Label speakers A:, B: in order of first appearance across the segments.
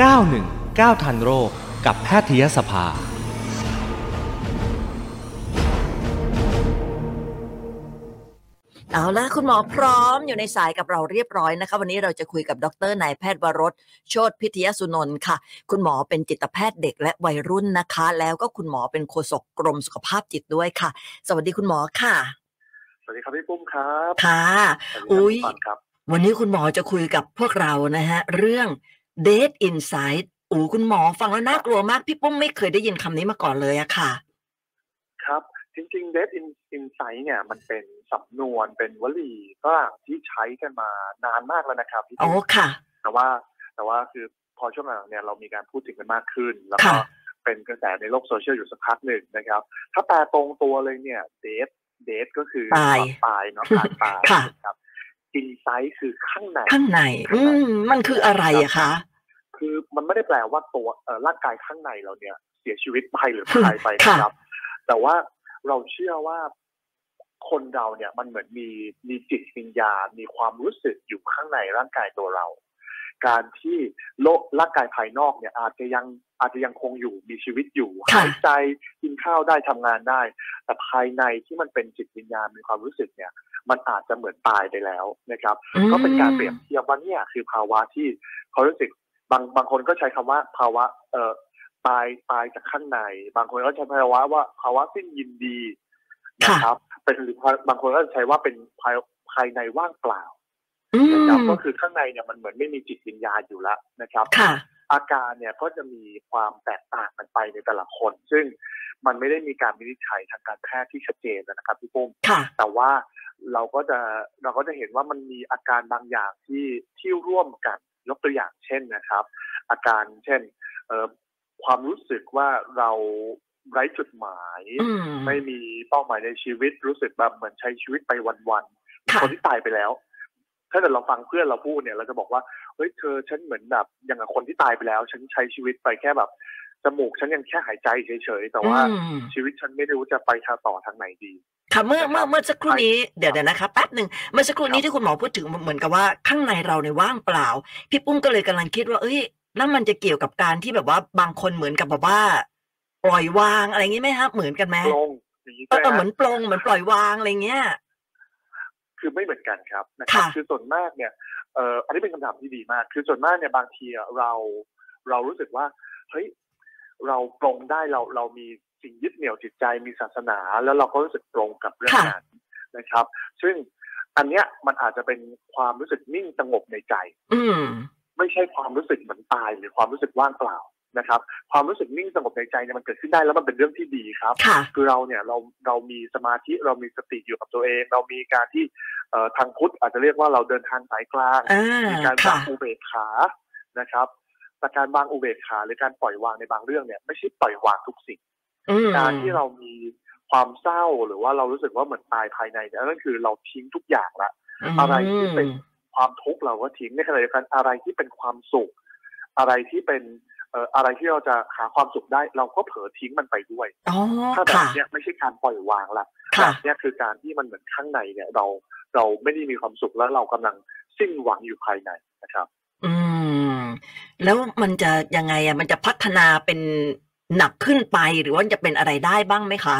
A: 919 ทันโรคกับแพทยสภา
B: เอาละคุณหมอพร้อมอยู่ในสายกับเราเรียบร้อยนะคะ วันนี้เราจะคุยกับดรนายแพทย์วรสโชติพิทยสุนนท์ค่ะ คุณหมอเป็นจิตแพทย์เด็กและวัยรุ่นนะคะ แล้วก็คุณหมอเป็นโฆษกกรมสุขภาพจิตด้วยค่ะ สวัสดีคุณหมอค่ะ
C: สวัสดีครับพี่ปุ้มครับ
B: ค่ะ
C: สวัสดี
B: อุ๊ย
C: ครับพี่ปานครับ
B: วันนี้คุณหมอจะคุยกับพวกเรานะฮะ เรื่อง date inside อูคุณหมอฟังแล้วน่ากลัวมาก พี่ปุ้มไม่เคยได้ยินคำนี้มาก่อนเลยอะค่ะ
C: ครับ จริงๆ Dead in- Insight เนี่ยมันเป็นสำนวนเป็นวลีฝรั่งที่ใช้กันมานานมากแล้วนะครับพี่
B: อ๋อ
C: ปุ้ม
B: ค่ะ
C: แต่ว่าแต่ว่าคือพอช่วงหลังเนี่ยเรามีการพูดถึงกันมากขึ้น แล้วก็
B: ค่ะ
C: เป็นกระแสในโลกโซเชียลอยู่สักพักหนึ่งนะครับ ถ้าแปลตรงตัวเลยเนี่ยเดทเดทก็คือ
B: ตาย
C: ตายเนาะการตาย
B: ค่ะ
C: นะครับอินไซต์คือข้างใน
B: ข้างใน อืมมันคืออะไรอะคะ
C: คือมันไม่ได้แปลว่าตัวเอ่อร่างกายข้างในเราเนี่ย เสียชีวิตไปหรือตายไปนะครับ แต่ว่าเราเชื่อว่าคนเราเนี่ยมันเหมือนมีมีจิตวิญญาณมีความรู้สึกอยู่ข้างในร่างกายตัวเรา การที่โลกร่างกายภายนอกเนี่ย อาจจะยังอาจจะยังคงอยู่มีชีวิตอยู่
B: ค่ะ
C: หายใจกินข้าวได้ทำงานได้ แต่ภายในที่มันเป็นจิตวิญญาณมีความรู้สึกเนี่ย มันอาจจะเหมือนตายไปแล้วนะครับ
B: อืม
C: ก็เป็นการเปรียบเทียบว่าเนี่ยคือภาวะที่เขารู้สึกบางบางคนก็ใช้คำว่าภาวะเอ่อตายตายจากข้างใน บางคนก็ใช้ภาวะว่าภาวะสิ้นยินดี
B: ค่ะ
C: นะครับ เป็นหรือบางคนก็ใช้ว่าเป็นภายภายในว่างเปล่า
B: อื
C: นะครับ
B: ม
C: ก็คือข้างในเนี่ยมันเหมือนไม่มีจิตวิญญาณอยู่แล้วนะครับ
B: ค่ะ
C: อาการเนี่ยก็จะมีความแตกต่างกันไปในแต่ละคน ซึ่งมันไม่ได้มีการวินิจฉัยทางการแพทย์ที่ชัดเจนนะครับพี่ปุ้ม
B: ค่ะ
C: แต่ว่าเราก็จะเราก็จะเห็นว่ามันมีอาการบางอย่างที่ที่ร่วมกันยกตัวอย่างเช่นนะครับ อาการเช่นเอ่อความรู้สึกว่าเราไร้จุดหมาย
B: อืม
C: ไม่มีเป้าหมายในชีวิตรู้สึกแบบเหมือนใช้ชีวิตไปวันๆ
B: ค่ะ
C: คนที่ตายไปแล้ว ถ้าเกิดเราฟังเพื่อนเราพูดเนี่ย เราจะบอกว่าเฮ้ยเธอฉันเหมือนแบบอย่างกับคนที่ตายไปแล้ว ฉันใช้ชีวิตไปแค่แบบจมูกฉันยังแค่หายใจเฉยๆแต่ว่า
B: อืม
C: ชีวิตฉันไม่รู้จะไปทางต่อทางไหนดี
B: ค่ะเมื่อ
C: นะครับ
B: เมื่อเมื่อสักครู่นี้เดี๋ยว
C: ครับ
B: เดี๋ยวนะคะแป๊บหนึ่งเมื่อสักครู่นี้
C: ครับ
B: ที่คุณหมอพูดถึงเหมือนกับว่าข้างในเราในยว่างเปล่า พี่ปุ้มก็เลยกำลังคิดว่า เอ้ยนั่นมันจะเกี่ยวกับการที่แบบว่าบางคนเหมือนกับแบบว่า ปล่อยวางอะไรอย่างงี้ไหมครับเหมือนกันไหม
C: โปรงอย่างนี้
B: เอ
C: ใช่
B: อ
C: ไห
B: เออ
C: ม
B: เหมือ
C: ฮะ
B: นปลงเหมือนปล่อยวางอะไรเงี้ย
C: คือไม่เหมือนกันครับนะครับ
B: ค่ะ
C: คือส่วนมากเนี่ยเอ่ออันนี้เป็นคำถามที่ดีมาก คือส่วนมากเนี่ยบางทีอะเราเรารู้สึกว่าเฮ้ยเราปรงได้เราเรามีสิ่งยึดเหนี่ยวจิตใจมีศาสนา แล้วเราก็รู้สึกปรงกับเรื่องนั้นนะครับ ซึ่งอันเนี้ยมันอาจจะเป็นความรู้สึกนิ่งสงบในใจ
B: อืม
C: ไม่ใช่ความรู้สึกเหมือนตาย หรือความรู้สึกว่างเปล่านะครับ ความรู้สึกนิ่งสงบในใจเนี่ยมันเกิดขึ้นได้แล้วมันเป็นเรื่องที่ดีครับ
B: ค่ะ
C: คือเราเนี่ยเราเรามีสมาธิเรามีสติอยู่กับตัวเอง เรามีการที่เอ่อทางพุทธอาจจะเรียกว่าเราเดินทางสายกลาง
B: อ่า
C: มีการวา
B: ค่ะ
C: งอุเบกขานะครับแต่การวางอุเบกขาหรือการปล่อยวางในบางเรื่องเนี่ยไม่ใช่ปล่อยวางทุกสิ่ง
B: อืม
C: การที่เรามีความเศร้าหรือว่าเรารู้สึกว่าเหมือนตายภายในเนี่ยนั่นคือเราทิ้งทุกอย่างละ อะไรที่เป็น ความทุกข์เราก็ทิ้งในขณะเดียวกันอะไรที่เป็นความสุข อะไรที่เป็นเอ่ออะไรที่เราจะหาความสุขได้ เราก็เผลอทิ้งมันไปด้วย
B: อ๋อ
C: ถ้าแบบ
B: ค่ะ
C: เนี้ยไม่ใช่การปล่อยวางละ แบ
B: ค่ะ
C: บเนี้ยคือการที่มันเหมือนข้างในเนี่ยเราเราไม่ได้มีความสุขแล้วเรากำลังสิ้นหวังอยู่ภายในนะครับ
B: อืม แล้วมันจะยังไงอ่ะ มันจะพัฒนาเป็นหนักขึ้นไปหรือว่าจะเป็นอะไรได้บ้างไหมคะ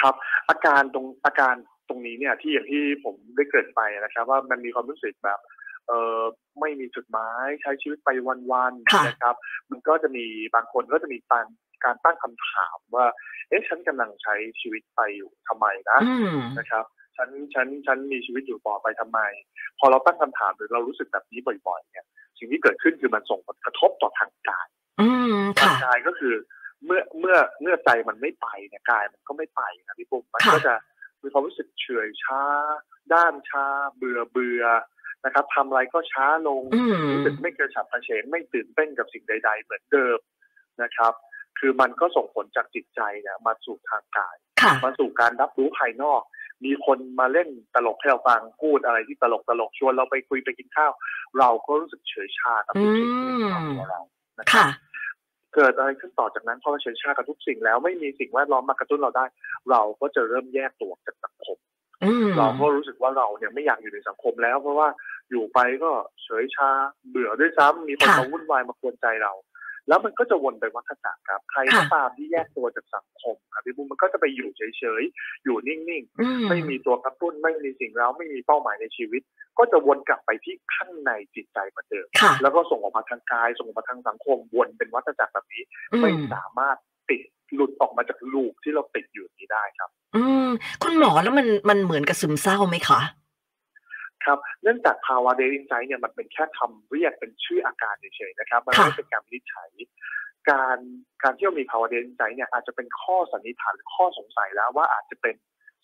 C: ครับ อาการตรงอาการตรงนี้เนี่ยที่อย่างที่ผมได้เกริดไปนะครับ ว่ามันมีความรู้สึกแบบเออไม่มีจุดหมายใช้ชีวิตไปวัน
B: ค่ะ
C: ๆนะครับ มันก็จะมีบางคนก็จะมีการการตั้งคำถามว่า เอ๊ะฉันกำลังใช้ชีวิตไปอยู่ทำไมนะ
B: อืม
C: นะครับฉันฉันฉันมีชีวิตอยู่ต่อไปทำไม พอเราตั้งคำถามหรือเรารู้สึกแบบนี้บ่อยๆเนี่ยสิ่งที่เกิดขึ้นคือมันส่งผลกระทบต่อทางกาย
B: อืม
C: ทาง
B: ค่ะ
C: กายก็คือเมื่อเมื่อเมื่อใจมันไม่ไปเนี่ยกายมันก็ไม่ไปนะพี่ปุ๊มมัน
B: ค่ะ
C: ก็จะมีความรู้สึกเฉื่อยช้า ด้านช้า เบื่อเบื่อนะครับทำอะไรก็ช้าลง
B: อืม
C: รู้สึกไม่กระฉับกระเฉงไม่ตื่นเต้นกับสิ่งใด ๆ เหมือนเดิมนะครับ คือมันก็ส่งผลจากจิตใจเนี่ยมาสู่ทางกาย
B: ค่ะ
C: มาสู่การรับรู้ภายนอก มีคนมาเล่นตลกให้เราฟังพูดอะไรที่ตลกตลกชวนเราไปคุยไปกินข้าว เราก็รู้สึกเฉยชากับทุกสิ่งที่อยู่รอบตัวเรานะครั
B: ค่ะ
C: บเกิดอะไรขึ้นต่อจากนั้นพอเราเฉยชากับทุกสิ่งแล้วไม่มีสิ่งแวดล้อมมากระตุ้นเราได้ เราก็จะเริ่มแยกตัวจากสังคม
B: อืม
C: เราก็รู้สึกว่าเราเนี่ยไม่อยากอยู่ในสังคมแล้วเพราะว่า อยู่ไปก็เฉยชาเบื่อด้วยซ้ำมีคน
B: ค่ะ
C: มาวุ่นวายมากวนใจเรา แล้วมันก็จะวนไปวัฏจักรครับ ใครก็
B: ค่ะ
C: ตามที่แยกตัวจากสังคมครับพี่บุ้มมันก็จะไปอยู่เฉยๆอยู่นิ่ง
B: อืม
C: ๆ ไม่มีตัวกระตุ้นไม่มีสิ่งเร้าไม่มีเป้าหมายในชีวิต ก็จะวนกลับไปที่ข้างในจิตใจเหมือนเดิม
B: ค่ะ
C: แล้วก็ส่งออกมาทางกาย ส่งออกมาทางสังคมวนเป็นวัฏจักรแบบนี้
B: อื
C: ไม่
B: ม
C: สามารถติดหลุดออกมาจากลูกที่เราติดอยู่นี้ได้ครับ
B: อืมคุณหมอแล้วมันมันเหมือนกับซึมเศร้าไหมคะ
C: ครับเนื่องจากภาวะเดลิงไซเนี่ยมันเป็นแค่คำเรียกเป็นชื่ออาการเฉยๆนะครับมัน
B: ค่ะ
C: ไม่เป็นการวินิจฉัยการการที่เรามีภาวะเดลิงไซเนี่ยอาจจะเป็นข้อสันนิษฐานข้อสงสัยแล้วว่าอาจจะเป็น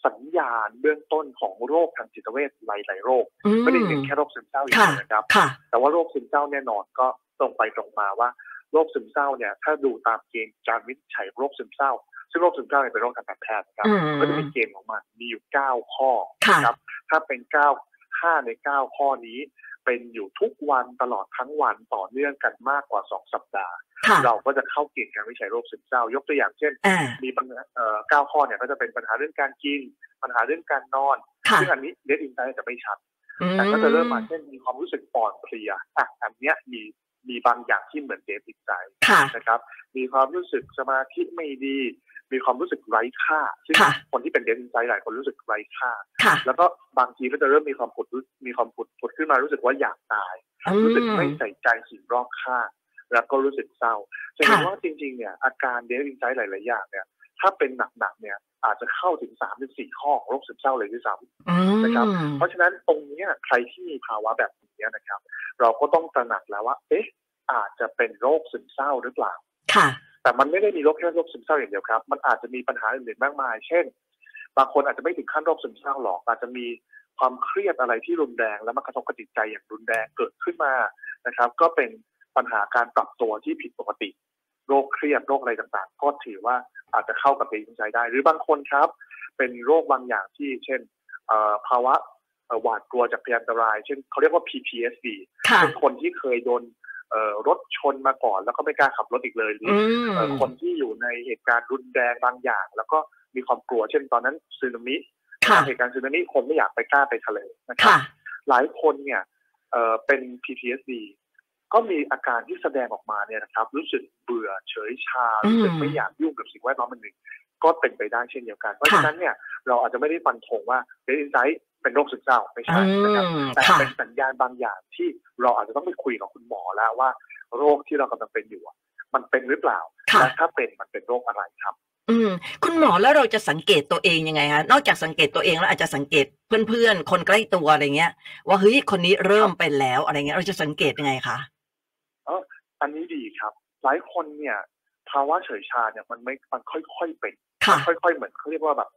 C: สัญญาณเบื้องต้นของโรคทางจิตเวชหลายๆโรค
B: อืม
C: ไม่ได้เป็นแค่โรคซึมเศร้าอย่าง
B: ค่ะ
C: เดียวนะครับ
B: ค่ะ
C: แต่ว่าโรคซึมเศร้าแน่นอนก็ตรงไปตรงมาว่าโรคซึมเศร้าเนี่ยถ้าดูตามเกณฑ์การวินิจฉัยโรคซึมเศร้า ซึ่งโรคซึมเศร้าเนี่ยเป็นโรคทางการแพทย์นะครับ
B: อืม
C: ก็จะมีเกณฑ์ของมันมีอยู่เก้าข้อ
B: ค่ะ
C: ครับ ถ้าเป็นเก้าห้าในเก้าข้อนี้ เป็นอยู่ทุกวันตลอดทั้งวันต่อเนื่องกันมากกว่าสองสัปดาห์
B: ค่ะ
C: เราก็จะเข้าเกณฑ์การวิจัยโรคซึมเศร้า ยกตัวอย่างเช่น
B: อ่า
C: มีปัญหาเอ่อเก้าข้อเนี่ยก็จะเป็นปัญหาเรื่องการกิน ปัญหาเรื่องการนอน
B: ค่ะ
C: ซึ่งอันนี้เดทอินไซต์จะไม่ชัด
B: อืม
C: แต่ก็จะเริ่มมาเช่นมีความรู้สึกอ่อนเพลียอ่ะอันเนี้ยมีมีบางอย่างที่เหมือนเดทอินไซต์
B: ค่ะ
C: นะครับ มีความรู้สึกสมาธิไม่ดี มีความรู้สึกไร้ค่าซึ่ง
B: ค่ะ
C: คนที่เป็นเดทอินไซต์หลายคนรู้สึกไร้ค่า
B: ค่ะ
C: แล้วก็บางทีก็จะเริ่มมีความผุดรู้มีความผุดผุดขึ้นมารู้สึกว่าอยากตาย
B: อื
C: รู้สึก
B: ม
C: ไม่ใส่ใจสิ่งรอบข้างแล้วก็รู้สึกเศร้าจะเห็นว่าจริงๆเนี่ยอาการเดลินไซต์หลายๆอย่างเนี่ยถ้าเป็นหนักๆเนี่ยอาจจะเข้าถึงสามถึงสี่ข้อของโรคซึมเศร้าเลยด้วยซ้ำ
B: อืม
C: นะครับ เพราะฉะนั้นตรงเนี้ยใครที่มีภาวะแบบนี้นะครับ เราก็ต้องตระหนักแล้วว่าเอ๊ะอาจจะเป็นโรคซึมเศร้าหรือเปล่า
B: ค่ะ
C: แต่มันไม่ได้มีโรคแค่โรคซึมเศร้าอย่างเดียวครับ มันอาจจะมีปัญหาอื่นๆมากมาย เช่น บางคนอาจจะไม่ถึงขั้นโรคซึมเศร้าหรอก อาจจะมีความเครียดอะไรที่รุนแรง แล้วมันกระทบกับจิตใจอย่างรุนแรงเกิดขึ้นมา นะครับ ก็เป็นปัญหาการปรับตัวที่ผิดปกติ โรคเครียดโรคอะไรต่างๆ ก็ถือว่าอาจจะเข้ากับเพลงใจได้ หรือบางคนครับ เป็นโรคบางอย่างที่ เช่นเอ่อภาวะเอ่อหวาดกลัวจากพยอันตราย เช่นเขาเรียกว่า PTSD
B: ค่ะ
C: เป็นคนที่เคยโดนเอ่อรถชนมาก่อน แล้วก็ไม่กล้าขับรถอีกเลยหรือ
B: อืม
C: เอ่อคนที่อยู่ในเหตุการณ์รุนแรงบางอย่าง แล้วก็มีความกลัวเช่นตอนนั้นสึนามิ
B: ค่ะ
C: เหตุการณ์สึนามิคนไม่อยากไปกล้าไปทะเลนะครั
B: ค่ะ
C: บหลายคนเนี่ยเอ่อเป็น PTSD ก็มีอาการที่แสดงออกมาเนี่ยนะครับ รู้สึกเบื่อเฉยชา
B: อืม
C: รู้สึกไม่อยากยุ่งกับสิ่งแวดล้อมอันหนึ่งก็เป็นไปได้เช่นเดียวกัน เพราะฉะนั้นเนี่ยเราอาจจะไม่ได้ฟันธงว่าเดนไซต์เป็นโรคซึมเศร้าไม่ใช่นะครับ
B: อืม
C: แต่
B: ค่ะ
C: เป็นสัญญาณบางอย่างที่เราอาจจะต้องไปคุยกับคุณหมอแล้วว่า โรคที่เรากำลังเป็นอยู่อะมันเป็นหรือเปล่า
B: ค่ะ
C: และถ้าเป็นมันเป็นโรคอะไรครับ
B: อืม คุณหมอแล้วเราจะสังเกตตัวเองยังไงฮะ นอกจากสังเกตตัวเองแล้วอาจจะสังเกตเพื่อนๆ คนใกล้ตัวอะไรเงี้ย ว่าเฮ้ยคนนี้เริ่มเป็นแล้วอะไรเงี้ย เราจะสังเกตยังไงคะ
C: อันนี้ดีครับ หลายคนเนี่ยภาวะเฉยชาเนี่ยมันไม่มันค่อยๆเป็น
B: ค่ะ
C: ค่อยๆเหมือนเขาเรียกว่าแบบ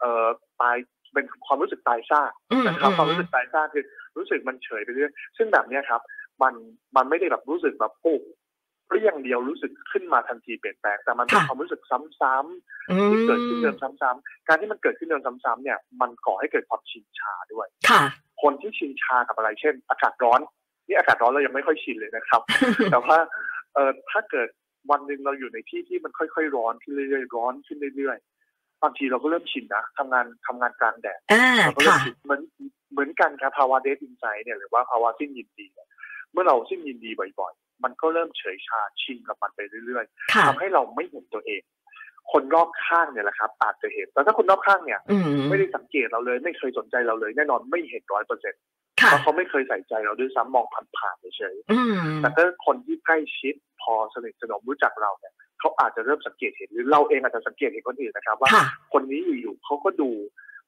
C: เอ่อตายเป็นความรู้สึกตายซาก
B: อืม
C: นะครับความรู้
B: อื
C: สึ
B: ม
C: กตายซากคือรู้สึกมันเฉยไปเรื่อยซึ่งแบบเนี้ยครับ มันมันไม่ได้แบบรู้สึกแบบโอ้เปรี้ยงเดียวรู้สึกขึ้นมาทันทีเปลี่ยนแปลงแต่มันเป็น
B: ค่ะ
C: ความรู้สึกซ้ำ
B: อื
C: ๆที่เกิดขึ้น
B: ม
C: เดิมซ้ำๆการที่มันเกิดขึ้นเดิมซ้ำๆเนี่ยมันก่อให้เกิดความชินชาด้วย
B: ค่ะ
C: คนที่ชินชากับอะไรเช่น อากาศร้อนนี่อากาศร้อนเรายังไม่ค่อยชินเลยนะครับ แต่ว่าเอ่อถ้าเกิดวันหนึ่งเราอยู่ในที่ที่มันค่อยๆร้อนขึ้นเรื่อยๆร้อนขึ้นเรื่อยๆบางทีเราก็เริ่มชินนะทำงานทำงานกลางแดด
B: อ่า
C: เราก็เริ่ม
B: ค่ะ
C: ชินเหมือนเหมือนกันครับภาวะเดทอินไซด์เนี่ยหรือว่าภาวะสิ้นยินดีเนี่ยเมื่อเราสิ้นยินดีบ่อยๆ มันก็เริ่มเฉยชาชินกับมันไปเรื่อยๆ
B: ค่ะ
C: ทำให้เราไม่เห็นตัวเอง คนรอบข้างเนี่ยแหละครับ อาจจะเห็นแต่ถ้าคนรอบข้างเนี่ย
B: อืม
C: ไม่ได้สังเกตเราเลย ไม่เคยสนใจเราเลยแน่นอนไม่เห็นร้อยเปอร์เซ็น
B: ค่ะ
C: เพราะเขาไม่เคยใส่ใจเราด้วยซ้ำมองผ่านๆเฉย
B: อืม
C: ๆแต่ถ้าคนที่ใกล้ชิดพอสนิทสนมรู้จักเราเนี่ยเขาอาจจะเริ่มสังเกตเห็นหรือเราเองอาจจะสังเกตเห็นคนอื่นนะครับ ว่า
B: ค่ะ
C: คนนี้อยู่ๆเขาก็ดู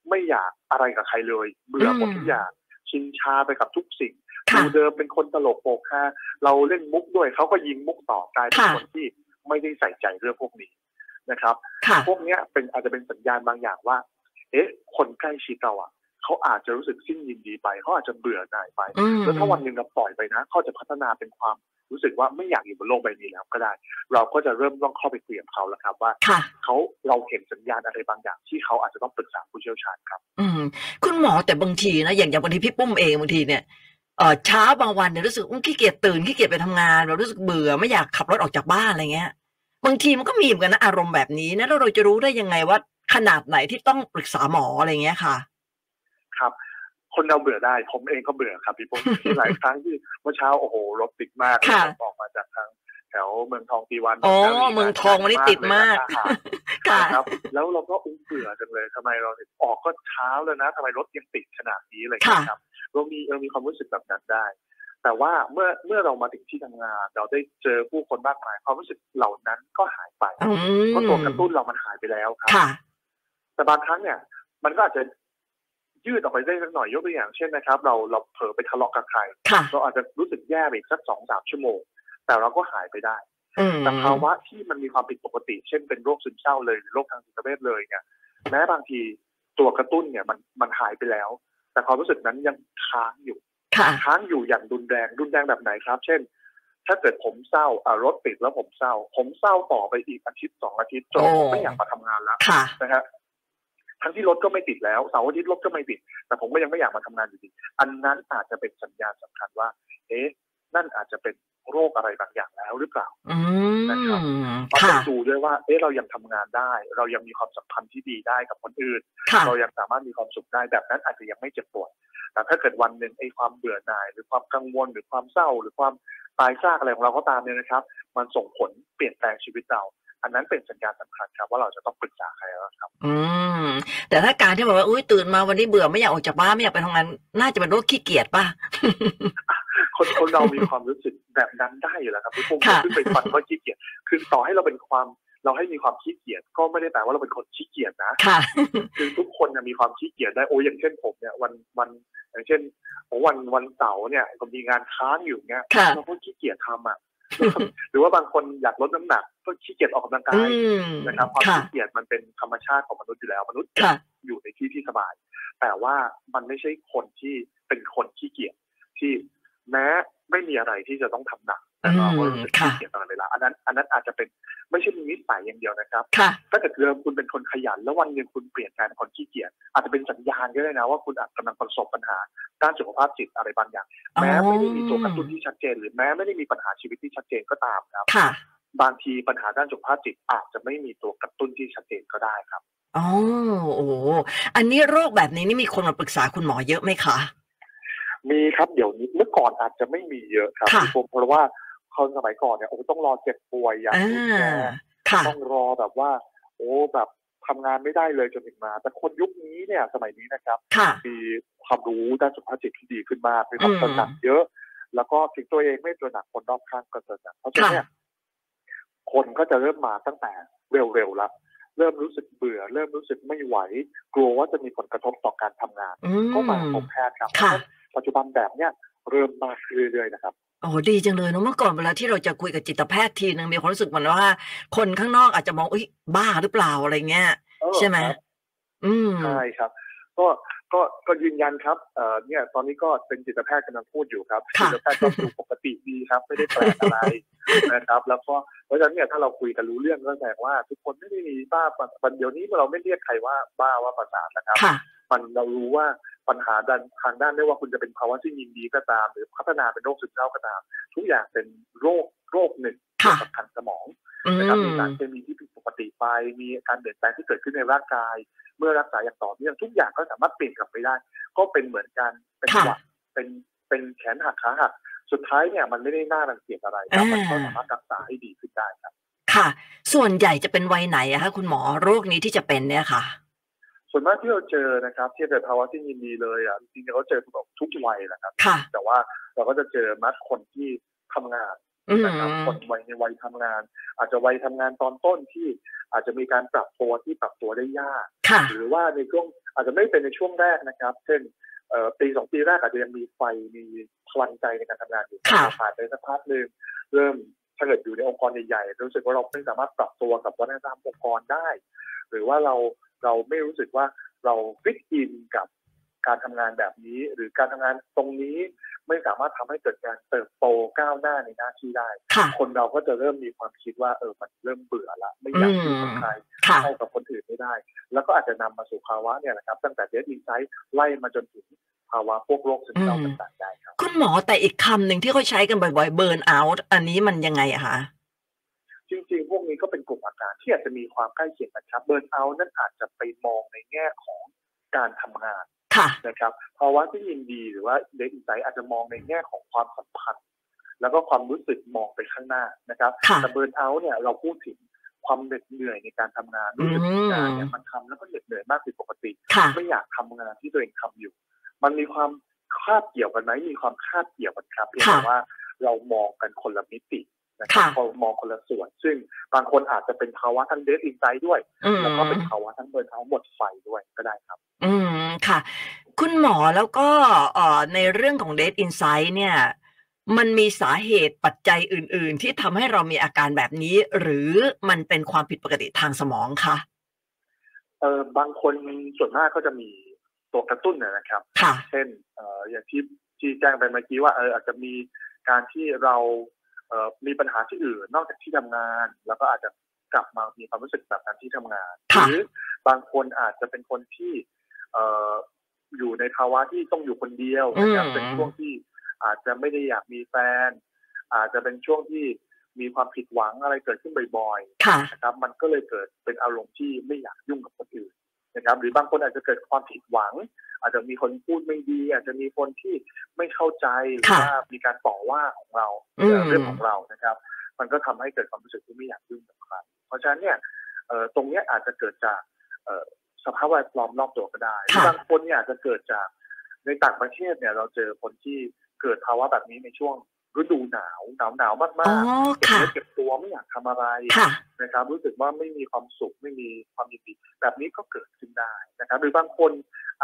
C: ไม่อยากอะไรกับใครเลยเบื่อหมดทุกอย่างชินชาไปกับทุกสิ่ง
B: ค่ะ
C: ดูเดิมเป็นคนตลกโปกฮาเราเล่นมุกด้วยเขาก็ยิงมุกต่อกลายเป็น
B: ค่ะ
C: คนที่ไม่ได้ใส่ใจเรื่องพวกนี้นะครับ
B: ค่ะ
C: พวกเนี้ยเป็นอาจจะเป็นสัญญาณบางอย่างว่า เอ๊ะ คนใกล้ชิดเราอ่ะเขาอาจจะรู้สึกสิ้นยินดีไปเขาอาจจะเบื่อหน่ายไป
B: อืม
C: แล้วถ้าวันหนึ่งเราปล่อยไปนะเขาจะพัฒนาเป็นความรู้สึกว่าไม่อยากอยู่บนโลกใบนี้แล้วก็ได้ เราก็จะเริ่มต้องเข้าไปคุยกับเขาแล้วครับว่า
B: ค่ะ
C: เขาเราเห็นสัญญาณอะไรบางอย่างที่เขาอาจจะต้องปรึกษาผู้เชี่ยวชาญครับ
B: อืมคุณหมอแต่บางทีนะอย่างอย่างบางทีพี่ปุ้มเองบางทีเนี่ยเออเช้าบางวันเนี่ยรู้สึกอุ๊ยขี้เกียจตื่นขี้เกียจไปทำงานเรารู้สึกเบื่อไม่อยากขับรถออกจากบ้านอะไรเงี้ย บางทีมันก็มีเหมือนกันนะอารมณ์แบบนี้นะแล้วเราจะรู้ได้ยังไงว่าขนาดไหนที่ต้องปรึกษาหมออะไรเงี้ยค่ะ
C: ครับ คนเราเบื่อได้ ผมเองก็เบื่อครับพี่ปุ๊ก ที่หลายครั้งที่เมื่อเช้าโอ้โหรถติดมาก
B: ค่ะ
C: ผมออกมาจากทางแถวเมืองทองตีวัน
B: อ๋อ
C: แถวนี้นะ
B: เมืองทองวันนี้ติดมาก
C: เลยนะ
B: ค่ะ
C: ครับ แล้วเราก็อุ้งเบื่อจังเลยทำไมเราถึงออกก็เช้าแล้วนะทำไมรถยังติดขนาดนี้อะไรอย่างเลยครับ เรามีเรามีความรู้สึกแบบนั้นได้ แต่ว่าเมื่อเมื่อเรามาถึงที่ทำงาน เราได้เจอผู้คนมากมาย ความรู้สึกเหล่านั้นก็หายไป
B: อืม
C: เพราะตัวกระตุ้นเรามันหายไปแล้วครับ
B: ค่ะ
C: แต่บางครั้งเนี่ยมันก็อาจจะยืดออกไปได้สักหน่อยยกตัวอย่างเช่นนะครับ เราเราเผลอไปทะเลาะกับใคร
B: ค่ะ
C: เราอาจจะรู้สึกแย่ไปอีกสักสองสามชั่วโมง แต่เราก็หายไปได้
B: อืม
C: แต่ภาวะที่มันมีความผิดปกติ เช่นเป็นโรคซึมเศร้าเลยหรือโรคทางจิตเวชเลยเนี่ยแม้บางทีตัวกระตุ้นเนี่ยมันมันหายไปแล้ว แต่ความรู้สึกนั้นยังค้างอยู่
B: ค่ะ
C: ค้างอยู่อย่างรุนแรงรุนแรงแบบไหนครับ เช่น ถ้าเกิดผมเศร้าอ่ะรถติดแล้วผมเศร้า ผมเศร้าต่อไปอีกอาทิตย์สองอาทิตย์จน
B: โอ้
C: ผมไม่อยากมาทำงานแล้ว
B: ค่ะ
C: นะฮะทั้งที่รถก็ไม่ติดแล้วเสาร์อาทิตย์รถก็ไม่ติด แต่ผมก็ยังไม่อยากมาทำงานอยู่ดีอันนั้นอาจจะเป็นสัญญาณสำคัญว่า เอ๊ะนั่นอาจจะเป็นโรคอะไรบางอย่างแล้วหรือเปล่า
B: อื
C: นะครับ
B: ม
C: เราต้อ
B: ค่ะ
C: งดูด้วยว่า เอ๊ะเรายังทำงานได้ เรายังมีความสัมพันธ์ที่ดีได้กับคนอื่น
B: ค่ะ
C: เรายังสามารถมีความสุขได้แบบนั้นอาจจะยังไม่เจ็บปวดแต่ถ้าเกิดวันหนึ่งไอ้ความเบื่อหน่าย หรือความกังวลหรือความเศร้า หรือความตายซากอะไรของเราก็ตามเนี่ยนะครับ มันส่งผลเปลี่ยนแปลงชีวิตเรา อันนั้นเป็นสัญญาณสำคัญครับ ว่าเราจะต้องปรึกษาใครแล้วครับ
B: อืม แต่ถ้าการที่แบบว่าอุ้ยตื่นมาวันนี้เบื่อไม่อยากออกจากบ้านไม่อยากไปทำงาน น่าจะเป็นโรคขี้เกียจป่ะ
C: คนคนเรามีความรู้สึกแบบนั้นได้อยู่แล้วครับพี่ปุ๊ก
B: ค่ะ
C: ขึ้นไปฟันว่าขี้เกียจคือต่อให้เราเป็นความเราให้มีความขี้เกียจก็ไม่ได้แปลว่าเราเป็นคนขี้เกียจนะ
B: ค่ะ
C: คือทุกคนน่ะมีความขี้เกียจได้โอ้ยอย่างเช่นผมเนี่ยวันวันอย่างเช่นผมวันวันเสาร์เนี่ยผมมีงานค้างอยู่เงี้ย
B: ค่ะ
C: เราก็ขี้เกียจทำอ่ะ หรือว่าบางคนอยากลดน้ำหนัก ก็ขี้เกียจออกกำลังกา
B: อื
C: ย
B: ม
C: นะครับความ
B: ค่ะ
C: ขี้เกียจมันเป็นธรรมชาติของมนุษย์อยู่แล้ว มนุษย์
B: ค่ะ
C: อยู่ในที่ที่สบาย แต่ว่ามันไม่ใช่คนที่เป็นคนขี้เกียจที่แม้ไม่มีอะไรที่จะต้องทำหนักแต่เราก็รู้สึกขี้เกียจตลอดเวลาอันนั้นอันนั้นอาจจะเป็นไม่ใช่มีนิสัยอย่างเดียวนะครับ
B: ค่ะ
C: ถ้าเกิดเดิมคุณเป็นคนขยันแล้ววันหนึ่งคุณเปลี่ยนกลายเป็นคนขี้เกียจอาจจะเป็นสัญญาณก็ได้นะว่าคุณอาจกำลังประสบปัญหาด้านสุขภาพจิตอะไรบางอย่าง แม้ไม่ได้มีตัวกระตุ้นที่ชัดเจน หรือแม้ไม่ได้มีปัญหาชีวิตที่ชัดเจนก็ตามครับ
B: ค่ะ
C: บางทีปัญหาด้านสุขภาพจิตอาจจะไม่มีตัวกระตุ้นที่ชัดเจนก็ได้ครับ
B: อ๋อ โอ้โหอันนี้โรคแบบนี้นี่มีคนมาปรึกษาคุณหมอเยอะไหมคะ
C: มีครับเดี๋ยวนี้เมื่อก่อนอาจจะไม่มีเยอะครับ
B: ค่ะ
C: พี่ผมเพราะว่าคนสมัยก่อนเนี่ยโอ้โหต้องรอเจ็บป่วยอย่าง
B: อ่า
C: รุนแรง
B: ค่ะ
C: ต้องรอแบบว่า โอ้แบบทำงานไม่ได้เลยจนถึงมา แต่คนยุคนี้เนี่ยสมัยนี้นะครับ
B: ค่ะ
C: มีความรู้ด้านสุขภาพจิตที่ดีขึ้นมากมีความ
B: อืม
C: ตระหนักเยอะ แล้วก็ถึงตัวเองไม่ตระหนักคนรอบข้างก็ตระหนักเพราะฉะนั้นเนี่ยคนก็จะเริ่มมาตั้งแต่เร็วๆแล้วเริ่มรู้สึกเบื่อ เริ่มรู้สึกไม่ไหว กลัวว่าจะมีผลกระทบต่อการทำงาน
B: อืม
C: ก็มาพบแพทย์ครับ
B: ค่ะ
C: ปัจจุบันแบบเนี้ยเริ่มมากขึ้นเรื่อยๆนะครับ
B: โอ้ดีจังเลยเนอะเมื่อก่อนเวลาที่เราจะคุยกับจิตแพทย์ทีนึงมีความรู้สึกเหมือนว่า คนข้างนอกอาจจะมองอุ้ยบ้าหรือเปล่าอะไรเงี้ย
C: เออ
B: ใช่ไหม
C: ครับ
B: อืม
C: ใช่ครับ ก็ ก็ ก็ยืนยันครับเอ่อเนี่ย ตอนนี้ก็เป็นจิตแพทย์กำลังพูดอยู่ครับ
B: ค่ะ
C: จิตแพทย์ก็ดูปกติดีครับ ไม่ได้แปลกอะไร นะครับ แล้วก็ เพราะฉะนั้นเนี่ย ถ้าเราคุยกันรู้เรื่องก็แสดงว่า ทุกคนไม่ได้มีบ้าปันเดี๋ยวนี้เราไม่เรียกใครว่าบ้าว่าประสาทนะครับ
B: ค่ะ
C: มันเรารู้ว่าปัญหาด้านทางด้านไม่ว่าคุณจะเป็นภาวะที่ยินดีก็ตาม หรือพัฒนาเป็นโรคซึมเศร้าก็ตาม ทุกอย่างเป็นโรค โรคหนึ่ง
B: ค่ะ
C: เกี่ยวกับทางสมอง
B: อื
C: นะครับมี
B: ม
C: สารเคมีที่ผิดปกติไป มีการเปลี่ยนแปลงที่เกิดขึ้นในร่างกาย เมื่อรักษาอย่างต่อเนื่องทุกอย่างก็สามารถเปลี่ยนกลับไปได้ ก็เป็นเหมือนกันเป็น
B: ค่ะ
C: หวัดเป็นเป็นแขนหักขาหักสุดท้ายเนี่ยมันไม่ได้น่ารังเกียจอะไรครับมันก็
B: อ่า
C: สามารถรักษาให้ดีขึ้นได้ครับ
B: ค่ะ ส่วนใหญ่จะเป็นวัยไหนอะคะคุณหมอโรคนี้ที่จะเป็นเนี่ยค่ะ
C: ส่วนมากที่เราเจอนะครับที่เป็นภาวะที่ยินดีเลยอ่ะจริงๆเราเจอแบบทุกวัยแหละครับ
B: ค่ะ
C: แต่ว่าเราก็จะเจอมักคนที่ทำงาน
B: อืม
C: นะครับคนวัยในวัยทำงาน อาจจะวัยทำงานตอนต้นที่อาจจะมีการปรับตัวที่ปรับตัวได้ยาก
B: ค่ะ
C: หรือว่าในช่วงอาจจะไม่ได้เป็นในช่วงแรกนะครับ เช่นเอ่อปีสองปีแรกอาจจะยังมีไฟมีพลังใจในการทำงานอยู่
B: ค่ะ
C: ผ่านไปสักพักหนึ่งเริ่มถ้าเกิดอยู่ในองค์กรใหญ่ๆรู้สึกว่าเราไม่สามารถปรับตัวกับวัฒนธรรมองค์กรได้ หรือว่าเราเราไม่รู้สึกว่าเราฟิตอินกับการทำงานแบบนี้ หรือการทำงานตรงนี้ไม่สามารถทำให้เกิดการเติบโตก้าวหน้าในหน้าที่ได้
B: ค่ะ
C: คนเราก็จะเริ่มมีความคิดว่าเออมันเริ่มเบื่อละไม่อยากอยู่กับใคร
B: ค่ะ
C: เข้ากับคนอื่นไม่ได้ แล้วก็อาจจะนำมาสู่ภาวะเนี่ยนะครับ ตั้งแต่เดสอินไซต์ไล่มาจนถึงภาวะพวกโรคซึมเศร้า
B: อืม
C: ต่างๆได้ครับ
B: คุณหมอแต่อีกคำหนึ่งที่เขาใช้กันบ่อยๆ เบิร์นเอาท์อันนี้มันยังไงอะคะ
C: จริงๆ พวกนี้ก็เป็นกลุ่มอาการที่อาจจะมีความใกล้เคียงกันครับเบิร์นเอาท์นั่นอาจจะไปมองในแง่ของการทำงาน
B: ค่ะ
C: นะครับภาวะที่ยินดีหรือว่าเดทอินไซอาจจะมองในแง่ของความสัมพันธ์ แล้วก็ความรู้สึกมองไปข้างหน้านะครับ
B: ค่ะ
C: แต่เบิร์นเอาท์เนี่ยเราพูดถึงความเหน็ดเหนื่อยในการทำงาน
B: อื
C: รู้
B: ม
C: สึกว่างานเนี่ยมันทำแล้วก็เหน็ดเหนื่อยมากผิดปกติ
B: ค่ะ
C: ไม่อยากทำงานที่ตัวเองทำอยู่ มันมีความคาบเกี่ยวกันไหมมีความคาบเกี่ยวกันครับเพียงแต่ว่าเรามองกันคนละมิตินะครับ
B: ค่ะ
C: เรามองคนละส่วน ซึ่งบางคนอาจจะเป็นภาวะทั้งเดทอินไซด้วย
B: อืม
C: แล้วก็เป็นภาวะทั้งเบิร์นเอาท์หมดไฟด้วยก็ได้ครับ
B: อืมค่ะ คุณหมอแล้วก็เอ่อในเรื่องของ Date Insight เนี่ย มันมีสาเหตุปัจจัยอื่น ๆ ที่ทำให้เรามีอาการแบบนี้ หรือมันเป็นความผิดปกติทางสมองคะ
C: เออบางคนส่วนมากก็จะมีตัวกระตุ้นนะนะครับ
B: ค่ะ
C: เช่นเอ่ออย่างที่ที่แจ้งไปเมื่อกี้ว่าเอออาจจะมีการที่เราเอ่อมีปัญหาที่อื่นนอกจากที่ทำงาน แล้วก็อาจจะกลับมามีความรู้สึกแบบนั้นที่ทำงานห
B: ค่ะ
C: รือบางคนอาจจะเป็นคนที่เอ่ออยู่ในภาวะที่ต้องอยู่คนเดียวนะครับ
B: อืม
C: เป็นช่วงที่อาจจะไม่ได้อยากมีแฟน อาจจะเป็นช่วงที่มีความผิดหวังอะไรเกิดขึ้นบ่อยๆ
B: ค่ะ
C: นะครับมันก็เลยเกิดเป็นอารมณ์ที่ไม่อยากยุ่งกับคนอื่นนะครับหรือบางคนอาจจะเกิดความผิดหวัง อาจจะมีคนพูดไม่ดี อาจจะมีคนที่ไม่เข้าใจหรือ
B: ค่ะ
C: ว่ามีการต่อว่าของเรา
B: อืม
C: เรื่องของเรานะครับ มันก็ทำให้เกิดความรู้สึกที่ไม่อยากยุ่งกับใครเพราะฉะนั้นเนี่ยเอ่อตรงเนี้ยอาจจะเกิดจากเอ่อสภาพแวดล้อมรอบตัวก็ได้หรือบางคนเนี่ยอาจจะเกิดจากในต่างประเทศเนี่ยเราเจอคนที่เกิดภาวะแบบนี้ในช่วงฤดูหนาวหนาวหนาวๆมา
B: อ๋อก
C: ๆเก็บ
B: ค่ะ
C: เนื้อเก็บตัวไม่อยากทำอะไร
B: ค่ะ
C: นะครับรู้สึกว่าไม่มีความสุขไม่มีความยินดี แบบนี้ก็เกิดขึ้นได้นะครับหรือบางคน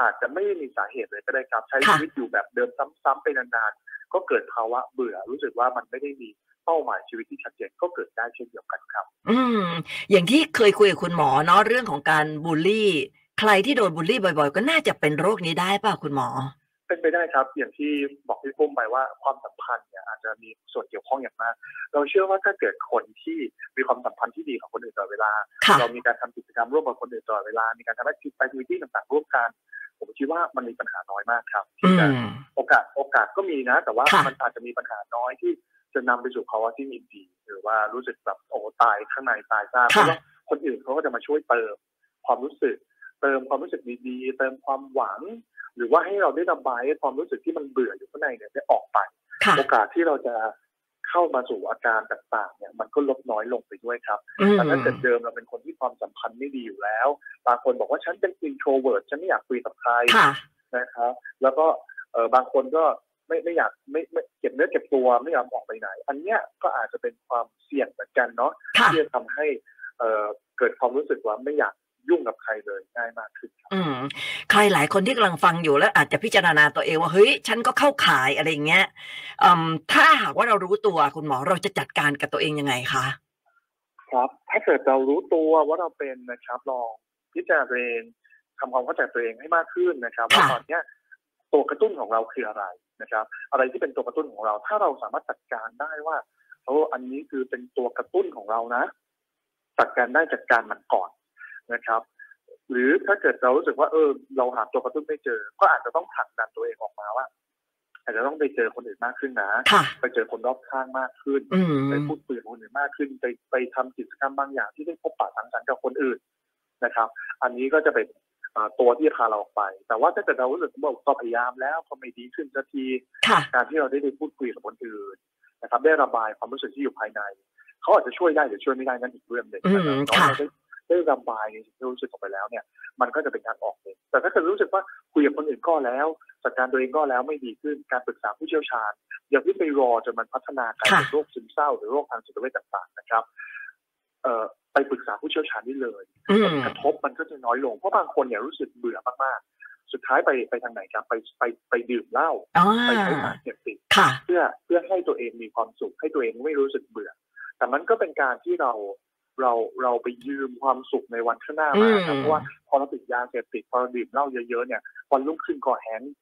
C: อาจจะไม่ได้มีสาเหตุเลยก็ได้ครับ ใช้
B: ค่ะ
C: ชีวิตอยู่แบบเดิมซ้ำๆไปนานๆก็เกิดภาวะเบื่อ รู้สึกว่ามันไม่ได้มีเป้าหมายชีวิตที่ชัดเจนก็เกิดได้เช่นเดียวกันครับ
B: อืม อย่างที่เคยคุยกับคุณหมอเนาะเรื่องของการบูลลี่ ใครที่โดนบูลลี่บ่อย ๆ ก็น่าจะเป็นโรคนี้ได้ป่ะคุณหมอ
C: เป็นไปได้ครับ อย่างที่บอกพี่พุ่มไปว่าความสัมพันธ์เนี่ยอาจจะมีส่วนเกี่ยวข้องอย่างมาก เราเชื่อว่าถ้าเกิดคนที่มีความสัมพันธ์ที่ดีกับคนอื่นตลอดเวลา
B: ค่ะ
C: เรามีการทำกิจกรรมร่วมกับคนอื่นตลอดเวลา มีการทำแอคทิวิตี้ต่างๆร่วมกัน ผมคิดว่ามันมีปัญหาน้อยมากครับ
B: อื
C: ที่จะ
B: ม
C: โอกาสโอกาสก็มีนะ แต่ว่า
B: ค่ะ
C: มันอาจจะมีปัญหาน้อยที่จะนำไปสู่ภาวะที่มีดีหรือว่ารู้สึกแบบโอ้ตายข้างในตายซ่าเพ
B: ค่ะ
C: ราะว่าคนอื่นเขาก็จะมาช่วยเติมความรู้สึก เติมความรู้สึกดีๆ เติมความหวัง หรือว่าให้เราได้ระบายความรู้สึกที่มันเบื่ออยู่ข้างในเนี่ยได้ออกไป
B: ค่ะ
C: โอกาสที่เราจะเข้ามาสู่อาการต่างๆเนี่ยมันก็ลดน้อยลงไปด้วยครับ
B: อืม
C: แต่ถ้าเกิดเดิมเราเป็นคนที่ความสัมพันธ์ไม่ดีอยู่แล้ว บางคนบอกว่าฉันเป็นอินโทรเวิร์ฉันไม่อยากคุยกับใคร
B: ค่ะ
C: นะครับแล้วก็เอ่อบางคนก็ไม่ไม่อยากไม่ไม่เก็บเนื้อเก็บตัวไม่ยอมออกไปไหน อันเนี้ยก็อาจจะเป็นความเสี่ยงเหมือนกันเนาะ
B: ค่ะ
C: ที่จะทำให้เอ่อเกิดความรู้สึกว่าไม่อยากยุ่งกับใครเลยง่ายมากขึ้นครับ
B: อืม ใครหลายคนที่กำลังฟังอยู่แล้วอาจจะพิจารณาตัวเองว่าเฮ้ย ฉันก็เข้าขายอะไรอย่างเงี้ยอืมถ้าหากว่าเรารู้ตัวคุณหมอเราจะจัดการกับตัวเองยังไงคะ
C: ครับ ถ้าเกิดเรารู้ตัวว่าเราเป็นนะครับลองพิจารณาตัวเองทำความเข้าใจตัวเองให้มากขึ้นนะครับว่า
B: ค่ะ
C: ตอนเนี้ยตัวกระตุ้นของเราคืออะไรนะครับ อะไรที่เป็นตัวกระตุ้นของเรา ถ้าเราสามารถจัดการได้ว่าโอ้อันนี้คือเป็นตัวกระตุ้นของเรานะ จัดการได้จัดการมันก่อนนะครับ หรือถ้าเกิดเรารู้สึกว่าเออ เราหาตัวกระตุ้นไม่เจอ ก็อาจจะต้องผลักดันตัวเองออกมาว่า อาจจะต้องไปเจอคนอื่นมากขึ้นนะ
B: ค่ะ
C: ไปเจอคนรอบข้างมากขึ้น
B: อื
C: ไป
B: ม
C: พูดคุยกับคนอื่นมากขึ้น ไปไปทำกิจกรรมบางอย่างที่ได้พบปะสังสรรค์กับคนอื่นนะครับ อันนี้ก็จะเป็นเอ่อตัวที่จะพาเราออกไป แต่ว่าถ้าเกิดเรารู้สึกว่าก็พยายามแล้วก็ไม่ดีขึ้นสักที
B: ค่ะ
C: การที่เราได้ไปพูดคุยกับคนอื่นนะครับ ได้ระบายความรู้สึกที่อยู่ภายใน เขาอาจจะช่วยได้หรือช่วยไม่ได้นั่นอีกเรื่องหนึ่งนะครั
B: อื
C: บ
B: ม
C: แต่
B: ค่ะ
C: ว่าเราได้ได้ระบายในสิ่งที่รู้สึกออกไปแล้วเนี่ย มันก็จะเป็นทางออกหนึ่งแต่ถ้าเกิดรู้สึกว่าคุยกับคนอื่นก็แล้วจัดการตัวเองก็แล้วไม่ดีขึ้นการปรึกษาผู้เชี่ยวชาญ อย่าเพิ่งไปรอจนมันพัฒนากลายเป็นโรคซึมเศร้าหรือโรคทางจิตเวชต่างๆนะครับเอ่อไปปรึกษาผู้เชี่ยวชาญได้เลย
B: อื
C: ผม ลกระทบมันก็จะน้อยลงเพราะบางคนเนี่ยรู้สึกเบื่อมากๆ สุดท้ายไปไปทางไหนครับไปไปไปดื่มเหล้า
B: อ่า
C: ไปใช้สารเสพติด
B: ค่ะ
C: เพื่อเพื่อให้ตัวเองมีความสุขให้ตัวเองไม่รู้สึกเบื่อ แต่มันก็เป็นการที่เราเราเราไปยืมความสุขในวันข้างหน้ามาค
B: อื
C: รับ
B: ม
C: เพราะว่าพอเราติดยาเสพติดพอเราดื่มเหล้าเยอะๆเนี่ยวันรุ่งขึ้นก็แห้งก์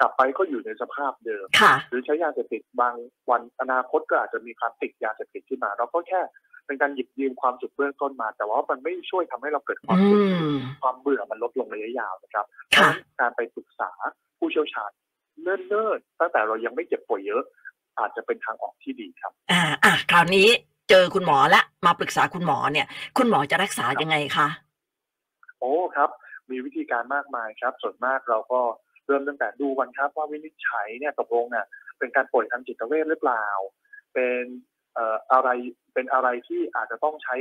C: กลับไปก็อยู่ในสภาพเดิม
B: ค่ะ
C: หรือใช้ยาเสพติดบางวันอนาคตก็อาจจะมีความติดยาเสพติดขึ้นมา เราก็แค่เป็นการหยิบยืมความสุขเบื้องต้นมา แต่ว่ามันไม่ช่วยทำให้เราเกิดความ
B: อื
C: สุข
B: ม
C: ความเบื่อมันลดลงระยะยาวนะครับเพราะ
B: ค่ะ
C: ฉะนั้นการไปปรึกษาผู้เชี่ยวชาญเนิ่นๆตั้งแต่เรายังไม่เจ็บป่วยเยอะ อาจจะเป็นทางออกที่ดีครับ
B: อ่า อ่ะ คราวนี้เจอคุณหมอละมาปรึกษาคุณหมอเนี่ย คุณหมอจะรักษายังไงคะ
C: โอ้ครับ มีวิธีการมากมายครับ ส่วนมากเราก็ เริ่มตั้งแต่ดูวันครับว่าวินิจฉัยเนี่ยตกลงเนี่ยเป็นการป่วยทางจิตเวชหรือเปล่า เป็นเอ่ออะไรเป็นอะไรที่อาจจะต้องใช้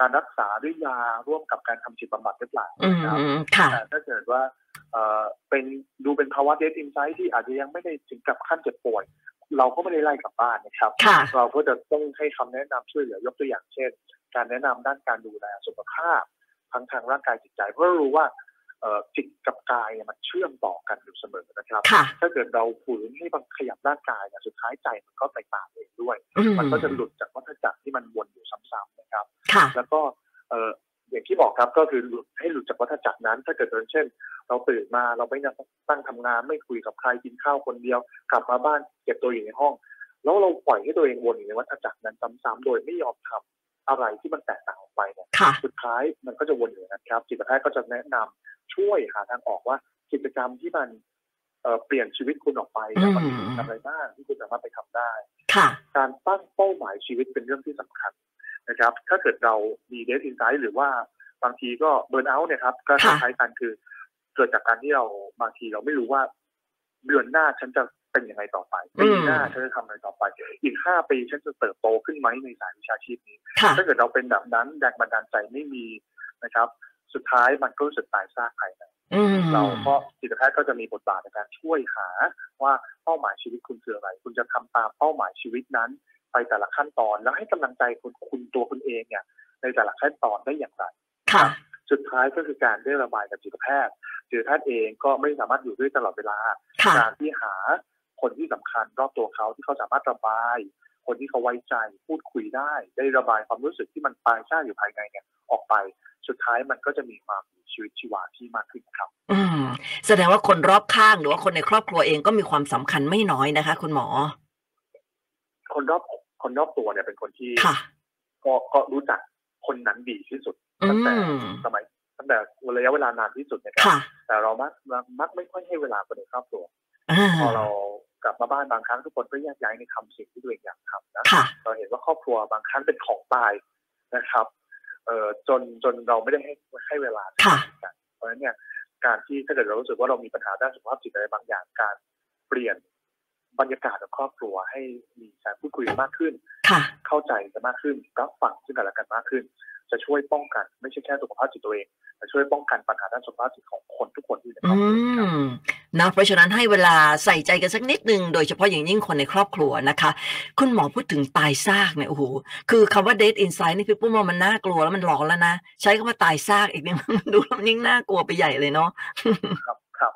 C: การรักษาด้วยยาร่วมกับการทำจิตบำบัดหรือเปล่า
B: อื
C: นะครับ
B: มค่ะ
C: แต่ถ้าเกิดว่าเอ่อเป็นดูเป็นภาวะเดทอินไซต์ที่อาจจะยังไม่ได้ถึงกับขั้นเจ็บป่วย เราก็ไม่ได้ไล่กลับบ้านนะครับ
B: ค่ะ
C: เราก็จะต้องให้คำแนะนำช่วยเหลือยกตัวอย่างเช่น การแนะนำด้านการดูแลสุขภาพทั้งทางร่างกายจิตใจ เพราะเรารู้ว่าเอ่อจิตกับกายเนี่ยมันเชื่อมต่อกันอยู่เสมอนะครับ
B: ค่ะ
C: ถ้าเกิดเราฝืนให้บังขยับร่างกายเนี่ยสุดท้ายใจมันก็ไปตามเองด้วย
B: อืม
C: มันก็จะหลุดจากวัฏจักรที่มันวนอยู่ซ้ำๆนะครับ
B: ค่ะ
C: แล้วก็เอ่ออย่างที่บอกครับก็คือหลุดให้หลุดจากวัฏจักรนั้น ถ้าเกิดเช่น เราตื่นมาเราไม่ตั้งทำงานไม่คุยกับใครกินข้าวคนเดียว กลับมาบ้านเก็บตัวอยู่ในห้อง แล้วเราปล่อยให้ตัวเองวนอยู่ในวัฏจักรนั้นซ้ำๆโดยไม่ยอมทำอะไรที่มันแตกต่างออกไปเนี่ย
B: ค่ะ
C: สุดท้ายมันก็จะวนอยู่อย่างนั้นครับจิตแพทย์ก็จะแนะนำช่วยหาทางออกว่ากิจกรรมที่มันเอ่อเปลี่ยนชีวิตคุณออกไปเนี่ยมันมีกิจกรรมอะไรบ้างที่คุณสามารถไปทำได้
B: ค่ะ
C: การตั้งเป้าหมายชีวิตเป็นเรื่องที่สำคัญนะครับ ถ้าเกิดเรามีเดทอินไซต์หรือว่าบางทีก็เบิร์นเอาท์เนี่ยครับ ก็ค
B: ค่ะ
C: ล้ายๆกันคือเกิดจากการที่เราบางทีเราไม่รู้ว่า เดือนหน้าฉันจะเป็นยังไงต่อไปปีหน้าฉันจะทำอะไรต่อไป อีกห้าปีฉันจะเติบโตขึ้นไหมในสายวิชาชีพนี้
B: ค่ะ
C: ถ้าเกิดเราเป็นแบบนั้นแรงบันดาลใจไม่มีนะครับ สุดท้ายมันก็รู้สึกตายซากภายใน
B: อืม
C: เราก็จิตแพทย์ก็จะมีบทบาทในการช่วยหาว่าเป้าหมายชีวิตคุณคืออะไร คุณจะทำตามเป้าหมายชีวิตนั้น ไปแต่ละขั้นตอนแล้วให้กำลังใจคุณคุณตัวคุณเองเนี่ยในแต่ละขั้นตอนได้อย่างไร
B: ค่ะ
C: สุดท้ายก็คือการได้ระบายกับจิตแพทย์จิตแพทย์เองก็ไม่สามารถอยู่ด้วยตลอดเวลา
B: ค่ะ
C: การที่หาคนที่สำคัญรอบตัวเขาที่เขาสามารถระบาย คนที่เขาไว้ใจพูดคุยได้ ได้ระบายความรู้สึกที่มันปลายซ่าอยู่ภายในเนี่ยออกไป สุดท้ายมันก็จะมีความมีชีวิตชีวาที่มากขึ้นครับ
B: อืม แสดงว่าคนรอบข้างหรือว่าคนในครอบครัวเองก็มีความสำคัญไม่น้อยนะคะ คุณหมอ
C: คนรอบคนรอบตัวเนี่ยเป็นคนที่
B: ค่ะ
C: ก็ก็รู้จักคนนั้นดีที่สุด
B: อื
C: ตั้งแต่
B: ม
C: สมัยตั้งแต่ระยะเวลานานที่สุดนะครับ
B: ค่ะ
C: แต่เรามักมักมักไม่ค่อยให้เวลาคนในครอบครัว
B: อ่า
C: พอเรากลับมาบ้านบางครั้งทุกคนก็แยกย้ายในทำสิ่งที่ตัวเองอยากทำนะ
B: ค่ะ
C: เราเห็นว่าครอบครัวบางครั้งเป็นของตายนะครับเอ่อจนจนเราไม่ได้ให้ให้เวลา
B: ค่ะ
C: เพราะฉะนั้นเนี่ยการที่ถ้าเกิดเรารู้สึกว่าเรามีปัญหาด้านสุขภาพจิตอะไรบางอย่างการเปลี่ยนบรรยากาศของครอบครัวให้มีการพูดคุยกันมากขึ้น
B: ค่ะ
C: เข้าใจกันมากขึ้นรับฟังซึ่งกันและกันมากขึ้น จะช่วยป้องกันไม่ใช่แค่สุขภาพจิตตัวเองแต่ช่วยป้องกันปัญหาด้านสุขภาพจิตของคนทุกคนที่อยู่ในคร
B: อื
C: อบครัวครับ
B: มนะเพราะฉะนั้นให้เวลาใส่ใจกันสักนิดนึงโดยเฉพาะอย่างยิ่งคนในครอบครัวนะคะ คุณหมอพูดถึงตายซากเนี่ยโอ้โหคือคำว่า dead inside นี่พี่ปุ้มว่ามันน่ากลัวแล้วมันหลอนแล้วนะ ใช้คำว่าตายซากอีกเนี่ย มันดูแล้วมันยิ่งน่ากลัวไปใหญ่เลยเนาะ
C: ครับครับ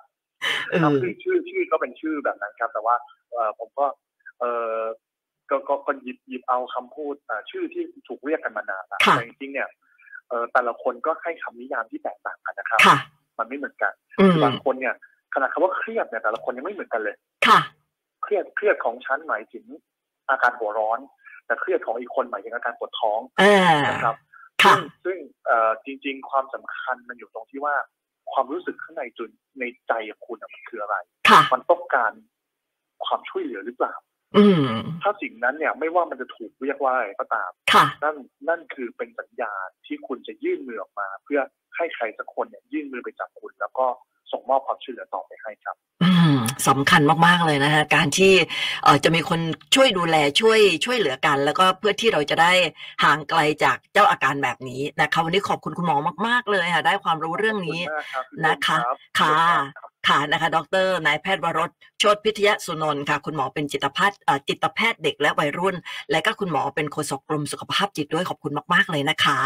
B: เอ
C: ครับ
B: อ
C: คือชื่อชื่อก็เป็นชื่อแบบนั้นครับ แต่ว่าเอ่อผมก็เอ่อก็ก็ก็หยิบหยิบเอาคำพูดเอ่อชื่อที่ถูกเรียกกันมานานแล้วแต่จริงๆเนี่ยเอ่อแต่ละคนก็ให้คำนิยามที่แตกต่างกันนะครับ
B: ค่ะ
C: มันไม่เหมือนกัน
B: อืม
C: บางคนเนี่ยขนาดคำว่าเครียดเนี่ยแต่ละคนยังไม่เหมือนกันเลย
B: ค่ะ
C: เครียดเครียดของฉันหมายถึงอาการหัวร้อน แต่เครียดของอีกคนหมายถึงอาการปวดท้อง
B: อ่า
C: นะครับ
B: ค่ะ
C: ซึ่งซึ่งเอ่อจริง ๆ ความสำคัญมันอยู่ตรงที่ว่าความรู้สึกข้างในจุนในใจของคุณน่ะมันคืออะไร
B: ค่ะ
C: มันต้องการความช่วยเหลือหรือเปล่า
B: อืม
C: ถ้าสิ่งนั้นเนี่ยไม่ว่ามันจะถูกเรียกว่าอะไรก็ตาม
B: ค่ะ
C: นั่นนั่นคือเป็นสัญญาณที่คุณจะยื่นมือออกมา เพื่อให้ใครสักคนเนี่ยยื่นมือไปจับคุณ แล้วก็ส่งมอบความช่วยเหลือต่อไปให้ครับ
B: อืมสำคัญมาก ๆ เลยนะคะการที่เอ่อจะมีคนช่วยดูแลช่วยช่วยเหลือกัน แล้วก็เพื่อที่เราจะได้ห่างไกลจากเจ้าอาการแบบนี้นะคะวันนี้ขอบคุณคุณหมอมาก ๆ เลยค่ะ ได้ความรู้เรื่องนี้
C: ขบณมากรับ
B: นะคะ
C: ขอบ
B: ค่ะ
C: ณรับ
B: ค่ะนะคะ ดรนายแพทย์วรสโชติพิทยสุนนท์ค่ะ คุณหมอเป็นจิตแพทย์เอ่อจิตแพทย์เด็กและวัยรุ่น และก็คุณหมอเป็นโฆษกกรมสุขภาพจิตด้วยขอบคุณมาก ๆ เลยนะคะ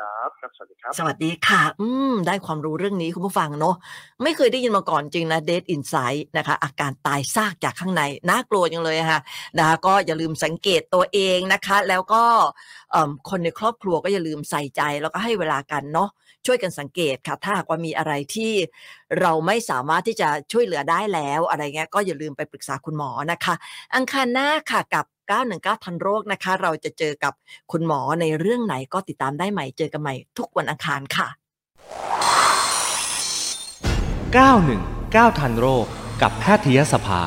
C: ครับครับ สวัสดีครับ
B: สวัสดีค่ะ อืม ได้ความรู้เรื่องนี้คุณผู้ฟังเนอะ ไม่เคยได้ยินมาก่อนจริงนะ Dead Inside นะคะ อาการตายซากจากข้างใน น่ากลัวจังเลยอะค่ะนะคะก็อย่าลืมสังเกตตัวเองนะคะ แล้วก็เอิ่มคนในครอบครัวก็อย่าลืมใส่ใจแล้วก็ให้เวลากันเนาะ ช่วยกันสังเกตค่ะ ถ้าหากว่ามีอะไรที่เราไม่สามารถที่จะช่วยเหลือได้แล้วอะไรเงี้ย ก็อย่าลืมไปปรึกษาคุณหมอนะคะ อังคารหน้าค่ะกับ 919 ทันโรคนะคะ เราจะเจอกับคุณหมอในเรื่องไหนก็ติดตามได้ใหม่ เจอกันใหม่ทุกวันอังคารค่ะ
A: 919 ทันโรคกับแพทยสภา